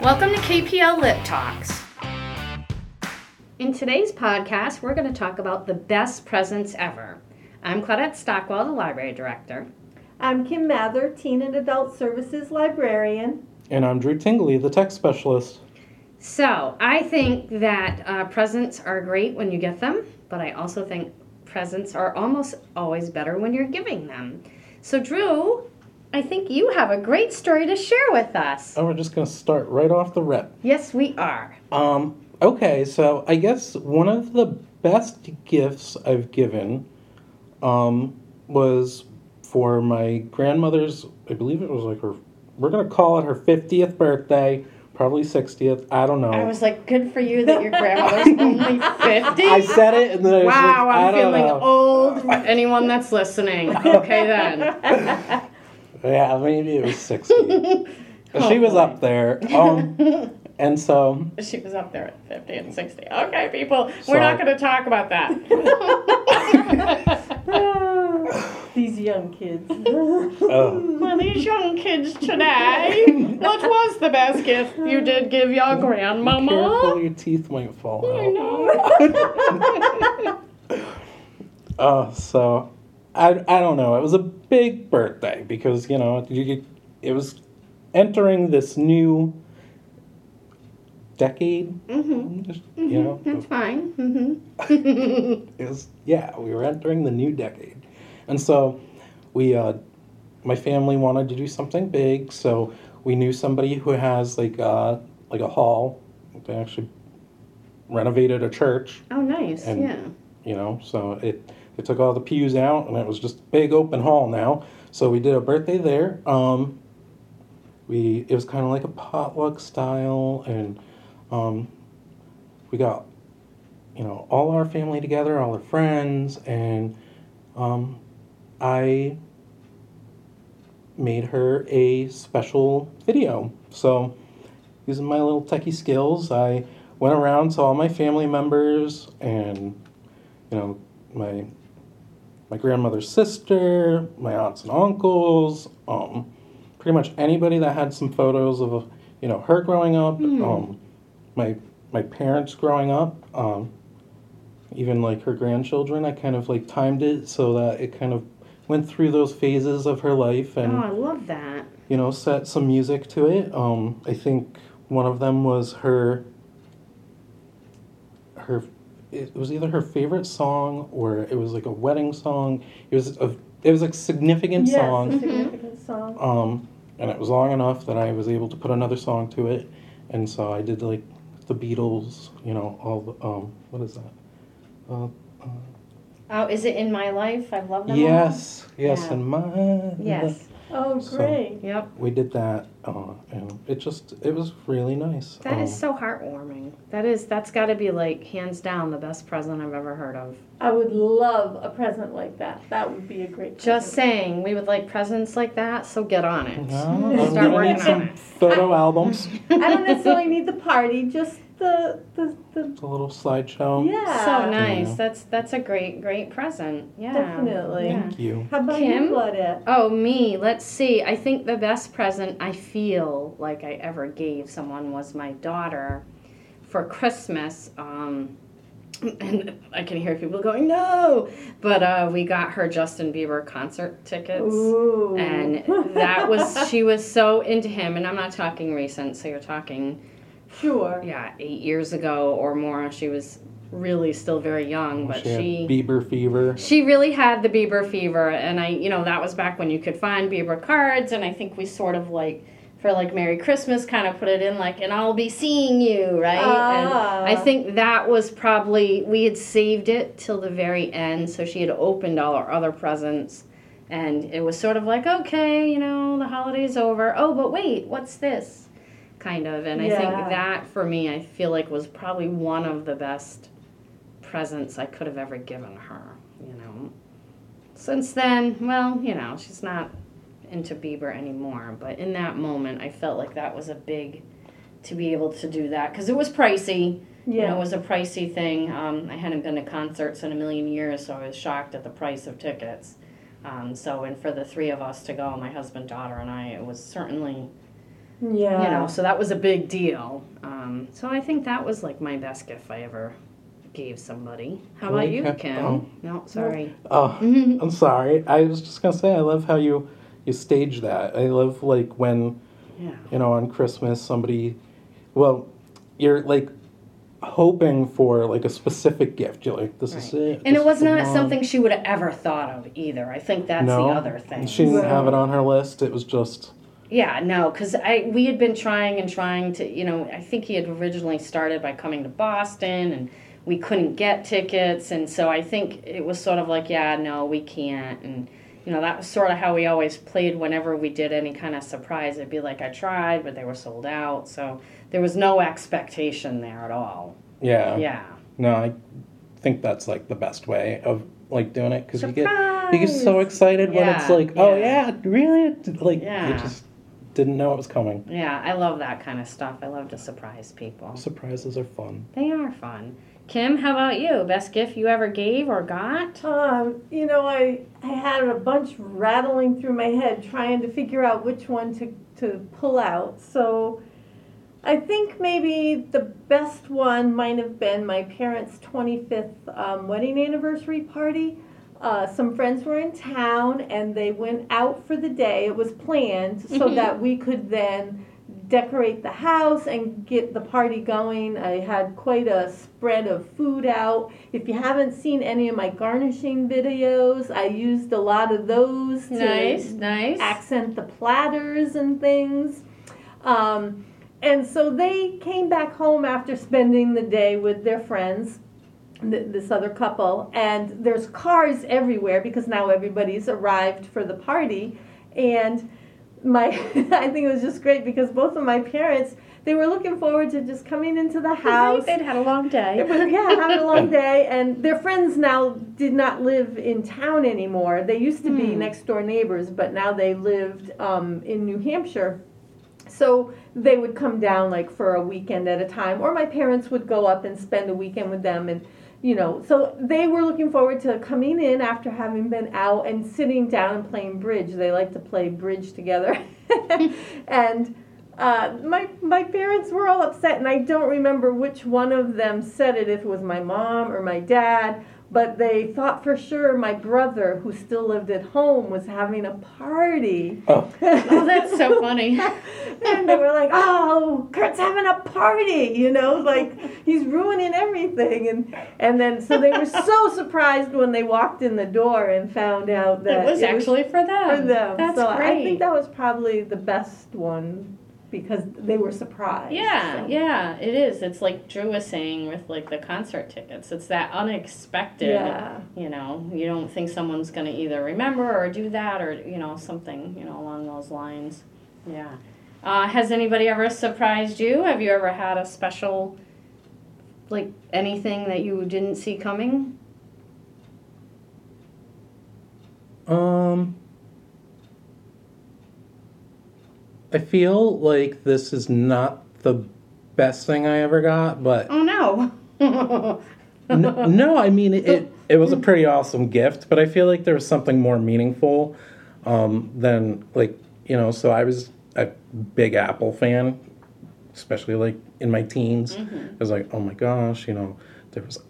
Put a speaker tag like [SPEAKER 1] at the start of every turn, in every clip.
[SPEAKER 1] Welcome to KPL Lip Talks. In today's podcast, we're going to talk about the best presents ever. I'm Claudette Stockwell, the library director.
[SPEAKER 2] I'm Kim Mather, Teen and Adult Services Librarian.
[SPEAKER 3] And I'm Drew Tingley, the tech specialist.
[SPEAKER 1] So, I think that uh, presents are great when you get them, but I also think presents are almost always better when you're giving them. So, Drew, I think you have a great story to share with us.
[SPEAKER 3] And we're just going to start right off the rip.
[SPEAKER 1] Yes, we are.
[SPEAKER 3] Um, okay, so I guess one of the best gifts I've given um, was for my grandmother's, I believe it was like her, we're going to call it her 50th birthday, probably 60th, I don't know.
[SPEAKER 4] I was like, good for you that your grandmother's only 50.
[SPEAKER 3] I said it and then I was
[SPEAKER 1] Wow,
[SPEAKER 3] like, I
[SPEAKER 1] I'm
[SPEAKER 3] don't
[SPEAKER 1] feeling
[SPEAKER 3] know.
[SPEAKER 1] old. Anyone that's listening, okay then.
[SPEAKER 3] Yeah, maybe it was 60. But
[SPEAKER 1] Oh,
[SPEAKER 3] she was up there. Um, and so
[SPEAKER 4] She was up there at 50 and 60. Okay, people, we're
[SPEAKER 3] Sorry.
[SPEAKER 4] not going to talk about that.
[SPEAKER 2] These young kids.
[SPEAKER 3] Oh.
[SPEAKER 4] well, these young kids today, what was the best gift you did give your
[SPEAKER 3] Careful,
[SPEAKER 4] grandmama?
[SPEAKER 3] your teeth might fall
[SPEAKER 4] I
[SPEAKER 3] out.
[SPEAKER 4] know.
[SPEAKER 3] Uh, so, I, I don't know. It was a big birthday because, you know, you, get- it was entering this new decade. Mm-hmm. You know,
[SPEAKER 1] That's fine. Mm-hmm.
[SPEAKER 3] it was, yeah, we were entering the new decade. And so we, uh, my family wanted to do something big, so we knew somebody who has like uh, like a hall. They actually renovated a church.
[SPEAKER 1] oh, nice.
[SPEAKER 3] And-
[SPEAKER 1] yeah.
[SPEAKER 3] you know so it they took all the pews out and it was just a big open hall now so we did a birthday there um we it was kind of like a potluck style and um we got you know all our family together all our friends and um i made her a special video so using my little techie skills i went around to all my family members and you know, my my grandmother's sister, my aunts and uncles, um, pretty much anybody that had some photos of you know her growing up, um, my my parents growing up, um, even like her grandchildren. I kind of like timed it so that it kind of went through those phases of her life and
[SPEAKER 1] Oh, I love that.
[SPEAKER 3] you know, set some music to it. Um, I think one of them was her. Her, it was either her favorite song or it was like a wedding song. It was a, it was a significant
[SPEAKER 2] yes, a
[SPEAKER 3] song.
[SPEAKER 1] Mhm.
[SPEAKER 2] significant song.
[SPEAKER 3] Um, and it was long enough that I was able to put another song to it, and so I did like the Beatles. You know, all the, um, what is that? Uh,
[SPEAKER 4] Oh, is it in my life? I love them all.
[SPEAKER 3] yes, yes,
[SPEAKER 1] Yeah.
[SPEAKER 3] and mine.
[SPEAKER 1] Yes.
[SPEAKER 2] Oh,
[SPEAKER 3] So-
[SPEAKER 2] great.
[SPEAKER 1] Yep.
[SPEAKER 3] We did that, uh, and it just it was really nice.
[SPEAKER 1] That is
[SPEAKER 3] Um,
[SPEAKER 1] so heartwarming. That is that's got to be like hands down the best present I've ever heard of.
[SPEAKER 2] I would love a present like that. That would be a great
[SPEAKER 1] Just saying, we would like presents like that, so get on it.
[SPEAKER 3] No,
[SPEAKER 1] Start
[SPEAKER 3] I'm Uh-huh. gonna
[SPEAKER 1] working
[SPEAKER 3] need
[SPEAKER 1] on
[SPEAKER 3] some
[SPEAKER 1] it.
[SPEAKER 3] photo albums.
[SPEAKER 2] present. I don't necessarily need the party, just the, the, the
[SPEAKER 3] It's a little slideshow.
[SPEAKER 2] yeah.
[SPEAKER 1] So nice.
[SPEAKER 3] Yeah.
[SPEAKER 1] That's that's a great great present. Yeah.
[SPEAKER 2] Definitely.
[SPEAKER 1] Yeah.
[SPEAKER 3] Thank you.
[SPEAKER 2] How about
[SPEAKER 1] Kim?
[SPEAKER 2] you, Claudette?
[SPEAKER 1] Oh, me. Let's see. I think the best present I feel like I ever gave someone was my daughter for Christmas. Um, and I can hear people going, no! But uh, we got her Justin Bieber concert tickets.
[SPEAKER 2] Ooh.
[SPEAKER 1] And that was, she was so into him. And I'm not talking recent, so you're talking,
[SPEAKER 2] sure.
[SPEAKER 1] yeah, eight years ago or more. She was really still very young, but
[SPEAKER 3] she had
[SPEAKER 1] she.
[SPEAKER 3] Bieber fever.
[SPEAKER 1] She really had the Bieber fever, and I, you know, that was back when you could find Bieber cards, and I think we sort of like for like Merry Christmas kind of put it in like, and I'll be seeing you, right? and
[SPEAKER 2] Ah.
[SPEAKER 1] I think that was probably we had saved it till the very end, so she had opened all our other presents. And it was sort of like, okay, you know, the holiday's over. Oh, but wait, what's this? Kind of. And I think
[SPEAKER 2] Yeah.
[SPEAKER 1] that for me, I feel like was probably one of the best presents I could have ever given her, you know. Since then, well, you know, she's not into Bieber anymore, but in that moment, I felt like that was a big to be able to do that because it was pricey. You know,
[SPEAKER 2] Yeah.
[SPEAKER 1] it was a pricey thing. Um, I hadn't been to concerts in a million years, so I was shocked at the price of tickets. Um, so, and for the three of us to go, my husband, daughter, and I, it was certainly
[SPEAKER 2] Yeah.
[SPEAKER 1] you know, so that was a big deal. Um, so I think that was like my best gift I ever gave somebody. How about you,
[SPEAKER 3] Okay.
[SPEAKER 1] Kim?
[SPEAKER 3] Oh.
[SPEAKER 1] No, sorry.
[SPEAKER 3] Oh,
[SPEAKER 2] Mm-hmm.
[SPEAKER 1] Mm-hmm.
[SPEAKER 3] I'm sorry. I was just gonna say I love how you you stage that. I love like when
[SPEAKER 1] Yeah.
[SPEAKER 3] you know on Christmas somebody, well, you're like hoping for like a specific gift. You're like, this is
[SPEAKER 1] Right.
[SPEAKER 3] it.
[SPEAKER 1] And
[SPEAKER 3] This
[SPEAKER 1] it was
[SPEAKER 3] is the
[SPEAKER 1] not
[SPEAKER 3] one.
[SPEAKER 1] something she would have ever thought of either. I think that's
[SPEAKER 3] No,
[SPEAKER 1] the other thing.
[SPEAKER 3] She didn't have
[SPEAKER 2] Right.
[SPEAKER 3] it on her list. It was just
[SPEAKER 1] Yeah, no, because I we had been trying and trying to, you know, I think he had originally started by coming to Boston, and we couldn't get tickets, and so I think it was sort of like, yeah, no, we can't, and you know, that was sort of how we always played whenever we did any kind of surprise. It'd be like I tried, but they were sold out, so there was no expectation there at all.
[SPEAKER 3] yeah.
[SPEAKER 1] Yeah,
[SPEAKER 3] No, I think that's like the best way of like doing it because you get
[SPEAKER 2] Surprise!
[SPEAKER 3] you get so excited when it's
[SPEAKER 1] Yeah,
[SPEAKER 3] like, oh
[SPEAKER 1] yeah.
[SPEAKER 3] yeah, really? Like you
[SPEAKER 1] Yeah.
[SPEAKER 3] just didn't know it was coming.
[SPEAKER 1] yeah, I love that kind of stuff. I love to surprise people.
[SPEAKER 3] Surprises are fun.
[SPEAKER 1] They are fun. Kim, how about you? Best gift you ever gave or got?
[SPEAKER 2] Um, you know, I, I had a bunch rattling through my head trying to figure out which one to, to pull out. So I think maybe the best one might have been my parents' 25th um, wedding anniversary party. Uh, some friends were in town and they went out for the day. It was planned so
[SPEAKER 1] Mhm.
[SPEAKER 2] that we could then decorate the house and get the party going. I had quite a spread of food out. If you haven't seen any of my garnishing videos, I used a lot of those to
[SPEAKER 1] Nice, nice.
[SPEAKER 2] accent the platters and things. Um, and so they came back home after spending the day with their friends, th- this other couple, and there's cars everywhere because now everybody's arrived for the party. And my, I think it was just great because both of my parents, they were looking forward to just coming into the house.
[SPEAKER 1] They'd had a long day.
[SPEAKER 2] It was, yeah, having a long day, and their friends now did not live in town anymore. They used to be
[SPEAKER 1] Hmm.
[SPEAKER 2] next door neighbors, but now they lived um, in New Hampshire. So they would come down like for a weekend at a time, or my parents would go up and spend a weekend with them, and you know, so they were looking forward to coming in after having been out and sitting down and playing bridge. They like to play bridge together, and uh, my my parents were all upset, and I don't remember which one of them said it, if it was my mom or my dad, but they thought for sure my brother, who still lived at home, was having a party.
[SPEAKER 3] Oh.
[SPEAKER 1] oh, that's so funny.
[SPEAKER 2] and they were like, "Oh, Kurt's having a party," you know, like he's ruining everything. And and then so they were so surprised when they walked in the door and found out that
[SPEAKER 1] That was actually for them.
[SPEAKER 2] for them.
[SPEAKER 1] That's
[SPEAKER 2] so
[SPEAKER 1] great.
[SPEAKER 2] I think that was probably the best one because they were surprised.
[SPEAKER 1] yeah,
[SPEAKER 2] So-
[SPEAKER 1] yeah, it is. It's like Drew was saying with like the concert tickets. It's that unexpected.
[SPEAKER 2] Yeah.
[SPEAKER 1] You know, you don't think someone's going to either remember or do that or you know something you know along those lines. Yeah. Uh, has anybody ever surprised you? Have you ever had a special, like anything that you didn't see coming?
[SPEAKER 3] Um, I feel like this is not the best thing I ever got, but
[SPEAKER 1] Oh no.
[SPEAKER 3] n- no, I mean it, it. was a pretty awesome gift, but I feel like there was something more meaningful um, than like you know. So I was a big Apple fan, especially like in my teens. I
[SPEAKER 1] Mm-hmm.
[SPEAKER 3] was like, oh my gosh, you know, there was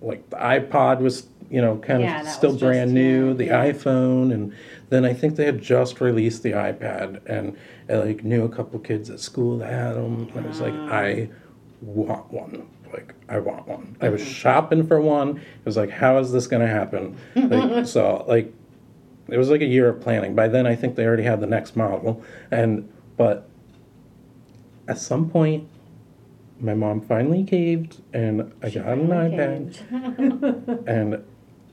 [SPEAKER 3] like the iPod was you know kind
[SPEAKER 1] Yeah, that
[SPEAKER 3] of
[SPEAKER 1] was
[SPEAKER 3] still
[SPEAKER 1] just-
[SPEAKER 3] brand new,
[SPEAKER 1] yeah,
[SPEAKER 3] the
[SPEAKER 1] yeah.
[SPEAKER 3] iPhone, and then I think they had just released the iPad, and I like knew a couple kids at school that had them. And I was like,
[SPEAKER 1] Ah.
[SPEAKER 3] I want one. Like I want one. I
[SPEAKER 1] Mm-hmm.
[SPEAKER 3] was shopping for one. It was like, how is this gonna happen? Like, so like, it was like a year of planning. By then, I think they already had the next model, and but at some point, my mom finally caved, and I got an iPad and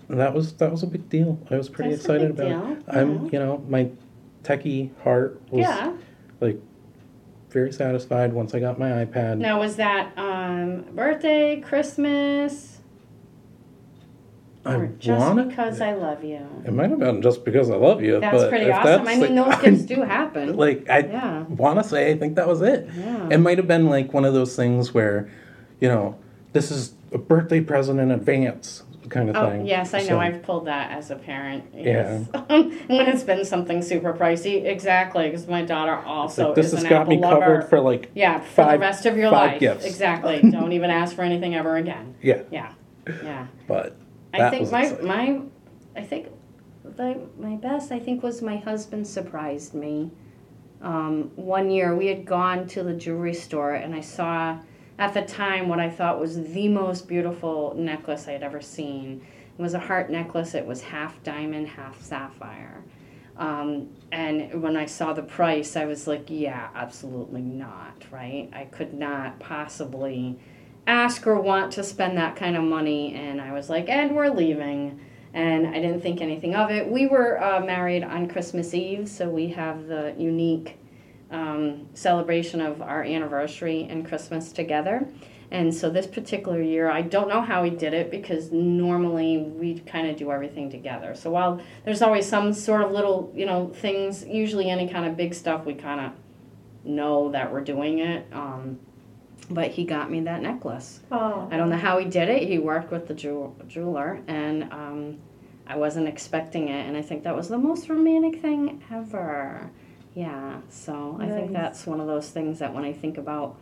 [SPEAKER 3] that was that was a big deal. I was pretty
[SPEAKER 1] That's a
[SPEAKER 3] excited
[SPEAKER 1] big
[SPEAKER 3] about. it.
[SPEAKER 1] deal,
[SPEAKER 3] I'm you know my techie heart was
[SPEAKER 1] yeah.
[SPEAKER 3] like very satisfied once I got my iPad.
[SPEAKER 1] Now was that um, birthday, Christmas,
[SPEAKER 3] I
[SPEAKER 1] or just
[SPEAKER 3] wanna-
[SPEAKER 1] because I love you?
[SPEAKER 3] It might have been just because I love you.
[SPEAKER 1] That's
[SPEAKER 3] but
[SPEAKER 1] pretty
[SPEAKER 3] if
[SPEAKER 1] awesome. I
[SPEAKER 3] that's,
[SPEAKER 1] mean,
[SPEAKER 3] like,
[SPEAKER 1] those gifts do happen.
[SPEAKER 3] Like I
[SPEAKER 1] Yeah.
[SPEAKER 3] want to say, I think that was it.
[SPEAKER 1] Yeah.
[SPEAKER 3] It might have been like one of those things where, you know, this is a birthday present in advance. kind of
[SPEAKER 1] Oh,
[SPEAKER 3] thing.
[SPEAKER 1] yes, I know.
[SPEAKER 3] So-
[SPEAKER 1] I've pulled that as a parent. Yes. when it's been something super pricey. Exactly, because my daughter
[SPEAKER 3] it's
[SPEAKER 1] also
[SPEAKER 3] like, this
[SPEAKER 1] is
[SPEAKER 3] has
[SPEAKER 1] an
[SPEAKER 3] got
[SPEAKER 1] Apple
[SPEAKER 3] me
[SPEAKER 1] lover.
[SPEAKER 3] covered for like
[SPEAKER 1] yeah, for the
[SPEAKER 3] five-
[SPEAKER 1] rest of your
[SPEAKER 3] five
[SPEAKER 1] life.
[SPEAKER 3] gifts.
[SPEAKER 1] Exactly. Don't even ask for anything ever again.
[SPEAKER 3] yeah,
[SPEAKER 1] Yeah. Yeah.
[SPEAKER 3] but
[SPEAKER 1] I
[SPEAKER 3] That
[SPEAKER 1] think
[SPEAKER 3] was
[SPEAKER 1] my
[SPEAKER 3] exciting.
[SPEAKER 1] my I think the, my best I think was my husband surprised me. Um, one year we had gone to the jewelry store and I saw at the time what I thought was the most beautiful necklace I had ever seen. It was a heart necklace. It was half diamond, half sapphire. Um, and when I saw the price, I was like, yeah, absolutely not, right? I could not possibly ask or want to spend that kind of money. And I was like, and we're leaving. And I didn't think anything of it. We were uh, married on Christmas Eve, so we have the unique um, celebration of our anniversary and Christmas together. And so this particular year, I don't know how we did it because normally we kind of do everything together. So while there's always some sort of little, you know, things, usually any kind of big stuff, we kind of know that we're doing it. Um, but he got me that necklace.
[SPEAKER 2] Oh.
[SPEAKER 1] I don't know how he did it. He worked with the jewel- jeweler, and um, I wasn't expecting it. And I think that was the most romantic thing ever. Yeah, so I think
[SPEAKER 2] Nice.
[SPEAKER 1] that's one of those things that when I think about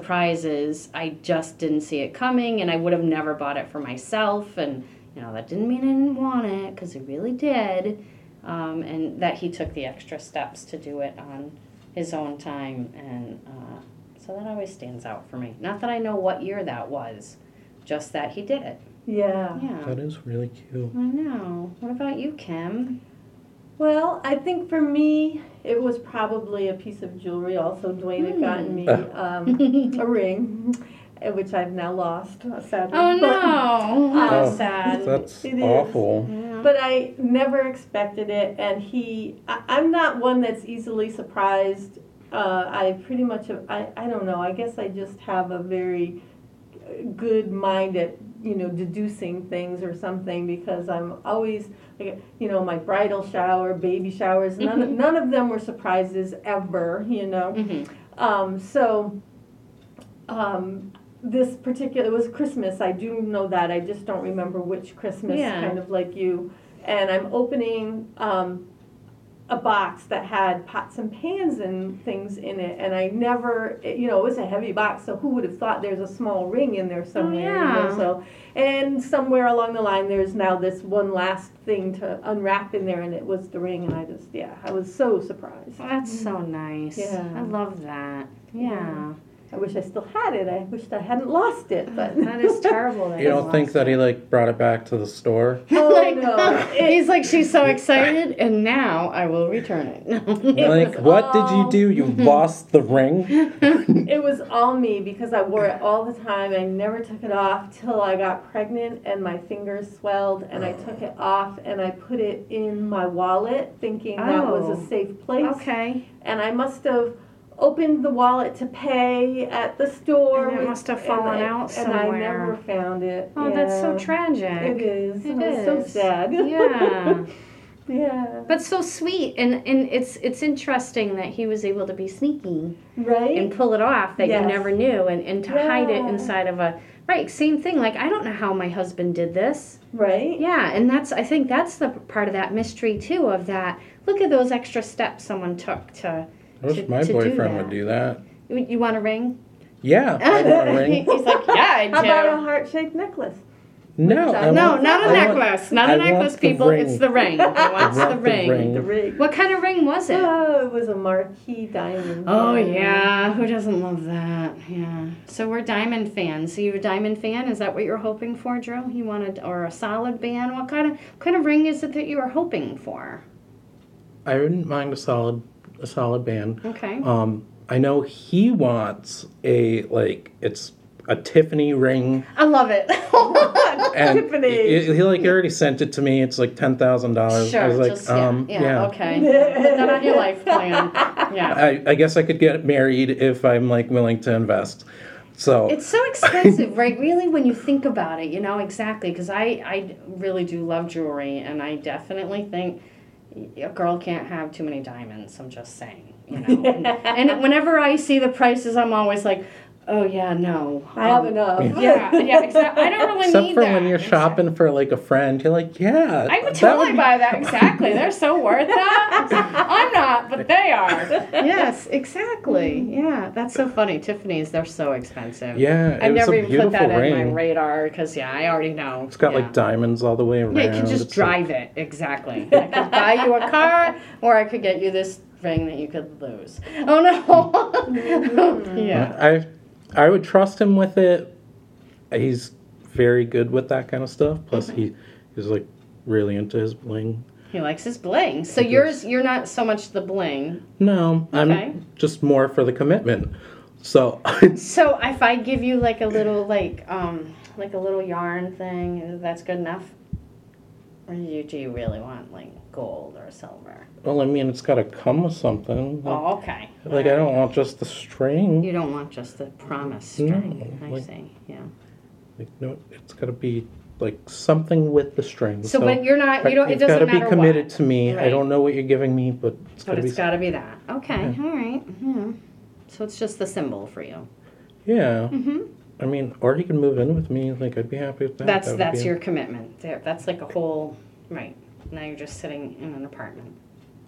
[SPEAKER 1] surprises, I just didn't see it coming, and I would have never bought it for myself. And, you know, that didn't mean I didn't want it, because I really did. Um, and that he took the extra steps to do it on his own time and uh, so that always stands out for me. Not that I know what year that was, just that he did it.
[SPEAKER 2] Yeah.
[SPEAKER 1] Yeah.
[SPEAKER 3] that is really cute.
[SPEAKER 1] I know. What about you, Kim?
[SPEAKER 2] Well, I think for me, it was probably a piece of jewelry. Also, Dwayne had
[SPEAKER 1] Hmm.
[SPEAKER 2] gotten me um,
[SPEAKER 1] oh
[SPEAKER 2] a ring, eh, which I've now lost, uh, sadly. But,
[SPEAKER 1] Oh, no. How
[SPEAKER 2] Oh,
[SPEAKER 1] sad.
[SPEAKER 3] That's
[SPEAKER 2] It is.
[SPEAKER 3] awful.
[SPEAKER 1] Yeah.
[SPEAKER 2] but I never expected it, and he, I, I'm not one that's easily surprised. Uh, I pretty much, have, I, I don't know, I guess I just have a very uh, good mind at, you know, deducing things or something because I'm always, like, you know, my bridal shower, baby showers, none, of
[SPEAKER 1] Mhm.
[SPEAKER 2] none of them were surprises ever, you know.
[SPEAKER 1] Mhm.
[SPEAKER 2] Um, so, um, this particular it was Christmas. I do know that. I just don't remember which Christmas.
[SPEAKER 1] Yeah.
[SPEAKER 2] Kind of like you. And I'm opening um, a box that had pots and pans and things in it. And I never, it- you know, it was a heavy box. So who would have thought there's a small ring in there somewhere? you know,
[SPEAKER 1] Oh, yeah.
[SPEAKER 2] so and somewhere along the line, there's now this one last thing to unwrap in there, and it was the ring. And I just, yeah, I was so surprised.
[SPEAKER 1] Oh, that's so nice.
[SPEAKER 2] Yeah.
[SPEAKER 1] I love that. Yeah.
[SPEAKER 2] Yeah. I wish I still had it. I wished I hadn't lost it, but
[SPEAKER 1] That is terrible. That
[SPEAKER 3] You don't think that he like brought it back to the store?
[SPEAKER 2] Oh,
[SPEAKER 1] like,
[SPEAKER 2] no.
[SPEAKER 1] He's like, she's so excited, and now I will return it.
[SPEAKER 2] It
[SPEAKER 3] like,
[SPEAKER 2] was
[SPEAKER 3] what did
[SPEAKER 2] all-
[SPEAKER 3] you do? You lost the ring?
[SPEAKER 2] it was all me because I wore it all the time. I never took it off till I got pregnant and my fingers swelled, and I took it off and I put it in my wallet, thinking that was
[SPEAKER 1] Oh.
[SPEAKER 2] a safe place.
[SPEAKER 1] okay.
[SPEAKER 2] And I must have opened the wallet to pay at the store.
[SPEAKER 1] And it
[SPEAKER 2] with-
[SPEAKER 1] must have
[SPEAKER 2] and
[SPEAKER 1] fallen
[SPEAKER 2] I-
[SPEAKER 1] out
[SPEAKER 2] And I
[SPEAKER 1] somewhere.
[SPEAKER 2] never found it.
[SPEAKER 1] Oh, that's so
[SPEAKER 2] Yeah.
[SPEAKER 1] tragic.
[SPEAKER 2] It is.
[SPEAKER 1] It
[SPEAKER 2] It was so
[SPEAKER 1] is.
[SPEAKER 2] sad.
[SPEAKER 1] Yeah.
[SPEAKER 2] yeah.
[SPEAKER 1] But so sweet, and and it's it's interesting that he was able to be sneaky
[SPEAKER 2] Right.
[SPEAKER 1] and pull it off that you
[SPEAKER 2] Yes.
[SPEAKER 1] never knew, and and to hide it
[SPEAKER 2] Yeah.
[SPEAKER 1] inside of a right. Same thing. Like I don't know how my husband did this.
[SPEAKER 2] right.
[SPEAKER 1] Yeah, and that's I think that's the part of that mystery too. Of that, look at those extra steps someone took to.
[SPEAKER 3] I wish
[SPEAKER 1] To-
[SPEAKER 3] my
[SPEAKER 1] to do
[SPEAKER 3] boyfriend
[SPEAKER 1] that.
[SPEAKER 3] would do that.
[SPEAKER 1] You, you want a ring?
[SPEAKER 3] Yeah, I want a ring.
[SPEAKER 1] He's like, yeah,
[SPEAKER 2] How about a
[SPEAKER 1] I
[SPEAKER 2] heart shaped necklace?
[SPEAKER 3] No, I
[SPEAKER 1] do. No,
[SPEAKER 3] want-
[SPEAKER 1] not a
[SPEAKER 3] I want-
[SPEAKER 1] necklace. Not a
[SPEAKER 3] I want
[SPEAKER 1] necklace,
[SPEAKER 3] the
[SPEAKER 1] people.
[SPEAKER 3] ring.
[SPEAKER 1] It's the ring. He wants
[SPEAKER 3] want
[SPEAKER 1] the
[SPEAKER 3] the
[SPEAKER 1] ring.
[SPEAKER 3] ring.
[SPEAKER 2] The ring.
[SPEAKER 1] What kind of ring was it?
[SPEAKER 2] Oh, it was a marquee diamond.
[SPEAKER 1] Oh
[SPEAKER 2] ring.
[SPEAKER 1] yeah, who doesn't love that? Yeah. So we're diamond fans. So you're a diamond fan? Is that what you're hoping for, Drew? You wanted or a solid band? What kind of what kind of ring is it that you were hoping for?
[SPEAKER 3] I wouldn't mind a solid, a solid band.
[SPEAKER 1] Okay.
[SPEAKER 3] Um, I know he wants a like it's a Tiffany ring,
[SPEAKER 1] I love it.
[SPEAKER 3] and
[SPEAKER 2] Tiffany.
[SPEAKER 3] He, he, like already sent it to me. It's like ten thousand dollars.
[SPEAKER 1] sure.
[SPEAKER 3] I was like,
[SPEAKER 1] just, yeah,
[SPEAKER 3] um,
[SPEAKER 1] yeah, Okay. Put that on your life plan. Yeah.
[SPEAKER 3] I, I guess I could get married if I'm like willing to invest. So
[SPEAKER 1] It's so expensive, right? Really, when you think about it, you know exactly. Because I, I really do love jewelry, and I definitely think a girl can't have too many diamonds. I'm just saying, you know. and, and whenever I see the prices, I'm always like, Oh yeah, no.
[SPEAKER 2] I have
[SPEAKER 1] Um,
[SPEAKER 2] enough.
[SPEAKER 4] Yeah, yeah, exactly. I don't really
[SPEAKER 3] Except
[SPEAKER 4] need
[SPEAKER 3] for
[SPEAKER 4] that.
[SPEAKER 3] when you're shopping for like a friend, you're like, yeah,
[SPEAKER 4] I would
[SPEAKER 3] that
[SPEAKER 4] totally
[SPEAKER 3] would-
[SPEAKER 4] buy that. Exactly. They're so worth that. I'm not, but they are.
[SPEAKER 1] yes, exactly. Yeah, that's so funny. Tiffany's, they're so expensive.
[SPEAKER 3] Yeah, it
[SPEAKER 1] I've
[SPEAKER 3] was
[SPEAKER 1] never
[SPEAKER 3] a
[SPEAKER 1] even put that
[SPEAKER 3] beautiful ring.
[SPEAKER 1] in my radar because, yeah, I already know.
[SPEAKER 3] It's got
[SPEAKER 1] yeah.
[SPEAKER 3] like diamonds all the way around.
[SPEAKER 1] Yeah, you could just
[SPEAKER 3] It's like-
[SPEAKER 1] drive it. Exactly. I could buy you a car or I could get you this ring that you could lose. Oh, no. yeah.
[SPEAKER 3] I I would trust him with it. He's very good with that kind of stuff. Plus,
[SPEAKER 1] Mm-hmm.
[SPEAKER 3] he he's like really into his bling.
[SPEAKER 1] He likes his bling. So
[SPEAKER 3] It
[SPEAKER 1] yours, you're not so much the bling.
[SPEAKER 3] No,
[SPEAKER 1] Okay.
[SPEAKER 3] I'm just more for the commitment. So
[SPEAKER 1] So if I give you like a little, like, um, like a little yarn thing, uh, that's good enough? Or do you, do you really want like gold or silver?
[SPEAKER 3] well, I mean, it's got to come with something.
[SPEAKER 1] Oh, okay.
[SPEAKER 3] Like I don't want just the string.
[SPEAKER 1] You don't want just the promise
[SPEAKER 3] No,
[SPEAKER 1] string. I
[SPEAKER 3] like-
[SPEAKER 1] see. Yeah.
[SPEAKER 3] Like no, it's got to be like something with the string.
[SPEAKER 1] So, but you're not. You don't. It
[SPEAKER 3] You've gotta
[SPEAKER 1] doesn't matter
[SPEAKER 3] be committed
[SPEAKER 1] what.
[SPEAKER 3] to me. I
[SPEAKER 1] Right.
[SPEAKER 3] don't know what you're giving me, but it's got
[SPEAKER 1] But
[SPEAKER 3] to be.
[SPEAKER 1] it's got to be that. Okay.
[SPEAKER 3] Yeah.
[SPEAKER 1] All right. Yeah. So it's just the symbol for you.
[SPEAKER 3] yeah.
[SPEAKER 1] hmm
[SPEAKER 3] I mean, or he can move in with me. Like I'd be happy with that.
[SPEAKER 1] That's
[SPEAKER 3] That would
[SPEAKER 1] that's
[SPEAKER 3] be-
[SPEAKER 1] your commitment. There. That's like a whole. Right. Now you're just sitting in an apartment.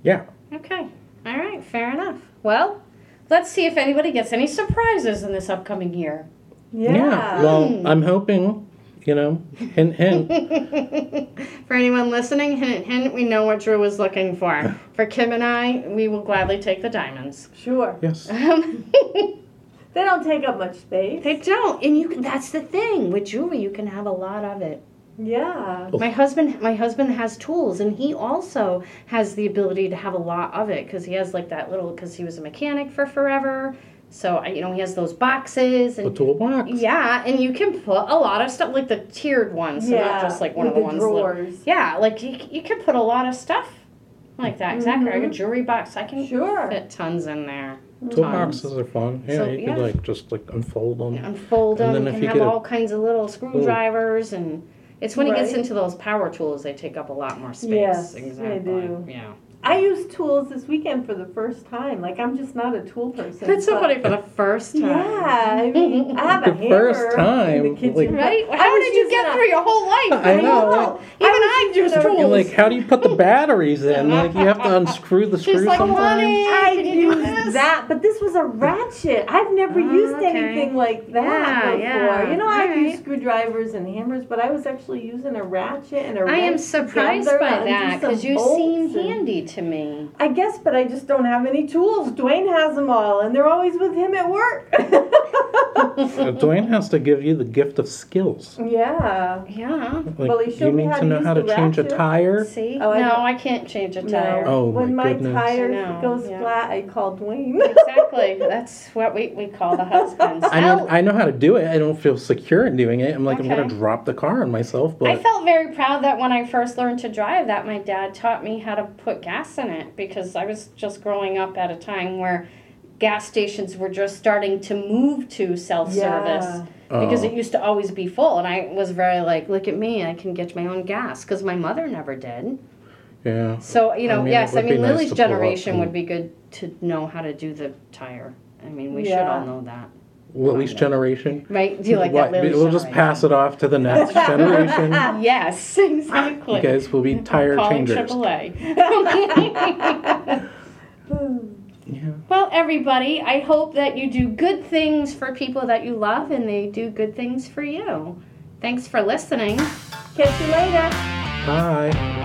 [SPEAKER 3] yeah.
[SPEAKER 1] Okay. All right. Fair enough. Well, let's see if anybody gets any surprises in this upcoming year.
[SPEAKER 2] Yeah.
[SPEAKER 3] Well, I'm hoping, you know, hint, hint.
[SPEAKER 1] for anyone listening, hint, hint. We know what Drew was looking for. For Kim and I, we will gladly take the diamonds.
[SPEAKER 2] Sure.
[SPEAKER 3] yes.
[SPEAKER 2] They don't take up much space.
[SPEAKER 1] They don't, and you can. That's the thing with jewelry. You can have a lot of it.
[SPEAKER 2] yeah.
[SPEAKER 1] My husband, my husband has tools, and he also has the ability to have a lot of it because he has like that little. Because he was a mechanic for forever, so I- you know he has those boxes
[SPEAKER 3] The
[SPEAKER 1] and.
[SPEAKER 3] toolbox.
[SPEAKER 1] Yeah, and you can put a lot of stuff, like the tiered ones, so not just like one
[SPEAKER 2] with
[SPEAKER 1] of the, ones. that-
[SPEAKER 2] drawers.
[SPEAKER 1] yeah, like you, you can put a lot of stuff like that. Exactly, like a
[SPEAKER 2] Mhm.
[SPEAKER 1] jewelry box. I can
[SPEAKER 2] Sure. Mm-hmm.
[SPEAKER 1] fit tons in there.
[SPEAKER 3] Toolboxes are fun. Yeah,
[SPEAKER 1] So,
[SPEAKER 3] you
[SPEAKER 1] yeah.
[SPEAKER 3] could like just like unfold them.
[SPEAKER 1] unfold
[SPEAKER 3] And
[SPEAKER 1] them. You
[SPEAKER 3] then if
[SPEAKER 1] can
[SPEAKER 3] you
[SPEAKER 1] have
[SPEAKER 3] get a-
[SPEAKER 1] all kinds of little screwdrivers, and it's when it gets
[SPEAKER 2] Right.
[SPEAKER 1] into those power tools they take up a lot more space.
[SPEAKER 2] Yes, they
[SPEAKER 1] exactly.
[SPEAKER 2] do.
[SPEAKER 1] Yeah,
[SPEAKER 2] I used tools this weekend for the first time. Like I'm just not a tool person.
[SPEAKER 1] that's so
[SPEAKER 2] but-
[SPEAKER 1] funny for the first time.
[SPEAKER 2] Yeah, I mean, I have a
[SPEAKER 3] The first
[SPEAKER 2] hammer
[SPEAKER 3] time,
[SPEAKER 2] in the kitchen.
[SPEAKER 3] like-
[SPEAKER 1] Right?
[SPEAKER 2] I
[SPEAKER 1] How
[SPEAKER 2] was
[SPEAKER 1] did you
[SPEAKER 2] using
[SPEAKER 1] get
[SPEAKER 2] a-
[SPEAKER 1] through your whole life?
[SPEAKER 3] I know.
[SPEAKER 1] Even
[SPEAKER 2] I
[SPEAKER 1] I,
[SPEAKER 2] was
[SPEAKER 1] use
[SPEAKER 2] using a-
[SPEAKER 1] tools.
[SPEAKER 3] You're like, how do you put the batteries in? Like you have to unscrew the
[SPEAKER 1] She's
[SPEAKER 3] screw
[SPEAKER 1] like,
[SPEAKER 3] sometimes.
[SPEAKER 1] "Honey."
[SPEAKER 2] I
[SPEAKER 1] Can you do
[SPEAKER 2] used
[SPEAKER 1] this?
[SPEAKER 2] that, but this was a ratchet. I've never
[SPEAKER 1] Oh,
[SPEAKER 2] used
[SPEAKER 1] okay.
[SPEAKER 2] anything like that
[SPEAKER 1] Yeah,
[SPEAKER 2] before.
[SPEAKER 1] yeah.
[SPEAKER 2] You know, I've
[SPEAKER 1] Alright.
[SPEAKER 2] used screwdrivers and hammers, but I was actually using a ratchet and a
[SPEAKER 1] I am
[SPEAKER 2] wrench
[SPEAKER 1] surprised
[SPEAKER 2] together
[SPEAKER 1] by
[SPEAKER 2] under
[SPEAKER 1] that
[SPEAKER 2] some
[SPEAKER 1] because you
[SPEAKER 2] bolts
[SPEAKER 1] seem
[SPEAKER 2] and-
[SPEAKER 1] handy to me.
[SPEAKER 2] I guess, but I just don't have any tools. Dwayne has them all, and they're always with him at work.
[SPEAKER 3] Uh, Dwayne has to give you the gift of skills.
[SPEAKER 2] yeah.
[SPEAKER 1] Yeah.
[SPEAKER 3] Like
[SPEAKER 2] Well, he
[SPEAKER 3] you
[SPEAKER 2] showed me
[SPEAKER 3] need
[SPEAKER 2] how
[SPEAKER 3] to
[SPEAKER 2] to
[SPEAKER 3] know
[SPEAKER 2] use
[SPEAKER 3] how to
[SPEAKER 2] the
[SPEAKER 3] change a
[SPEAKER 2] ratchet.
[SPEAKER 3] tire.
[SPEAKER 1] See?
[SPEAKER 2] Oh, I
[SPEAKER 1] no,
[SPEAKER 2] don't-
[SPEAKER 1] I can't change a
[SPEAKER 2] No.
[SPEAKER 1] tire.
[SPEAKER 3] Oh,
[SPEAKER 2] when
[SPEAKER 3] my
[SPEAKER 2] my
[SPEAKER 3] goodness.
[SPEAKER 2] tire
[SPEAKER 1] I know,
[SPEAKER 2] goes
[SPEAKER 1] yeah.
[SPEAKER 2] flat, I call Dwayne.
[SPEAKER 1] Exactly. That's what we, we call the husbands.
[SPEAKER 3] I mean, I know how to do it. I don't feel secure in doing it. I'm like, I'm gonna
[SPEAKER 1] Okay.
[SPEAKER 3] drop the car on myself. But
[SPEAKER 1] I felt very proud that when I first learned to drive that my dad taught me how to put gas in it because I was just growing up at a time where gas stations were just starting to move to self-service
[SPEAKER 2] Yeah.
[SPEAKER 1] because
[SPEAKER 3] Oh.
[SPEAKER 1] it used to always be full and I was very like look at me I can get my own gas because my mother never did.
[SPEAKER 3] yeah,
[SPEAKER 1] So, you
[SPEAKER 3] I
[SPEAKER 1] know,
[SPEAKER 3] mean,
[SPEAKER 1] yes,
[SPEAKER 3] it would
[SPEAKER 1] I mean
[SPEAKER 3] be nice
[SPEAKER 1] Lily's
[SPEAKER 3] to pull up
[SPEAKER 1] generation
[SPEAKER 3] and-
[SPEAKER 1] would be good to know how to do the tire. I mean, we should
[SPEAKER 2] Yeah.
[SPEAKER 1] all know that.
[SPEAKER 3] well, at least generation.
[SPEAKER 1] Right? Do you like
[SPEAKER 3] What?
[SPEAKER 1] that Lily's
[SPEAKER 3] We'll just
[SPEAKER 1] generation?
[SPEAKER 3] pass it off to the next generation.
[SPEAKER 1] Yes, exactly.
[SPEAKER 3] You guys will be tire
[SPEAKER 1] Calling
[SPEAKER 3] changers.
[SPEAKER 1] AAA.
[SPEAKER 3] Yeah.
[SPEAKER 1] well, everybody, I hope that you do good things for people that you love and they do good things for you. Thanks for listening.
[SPEAKER 2] Catch you later.
[SPEAKER 3] Bye.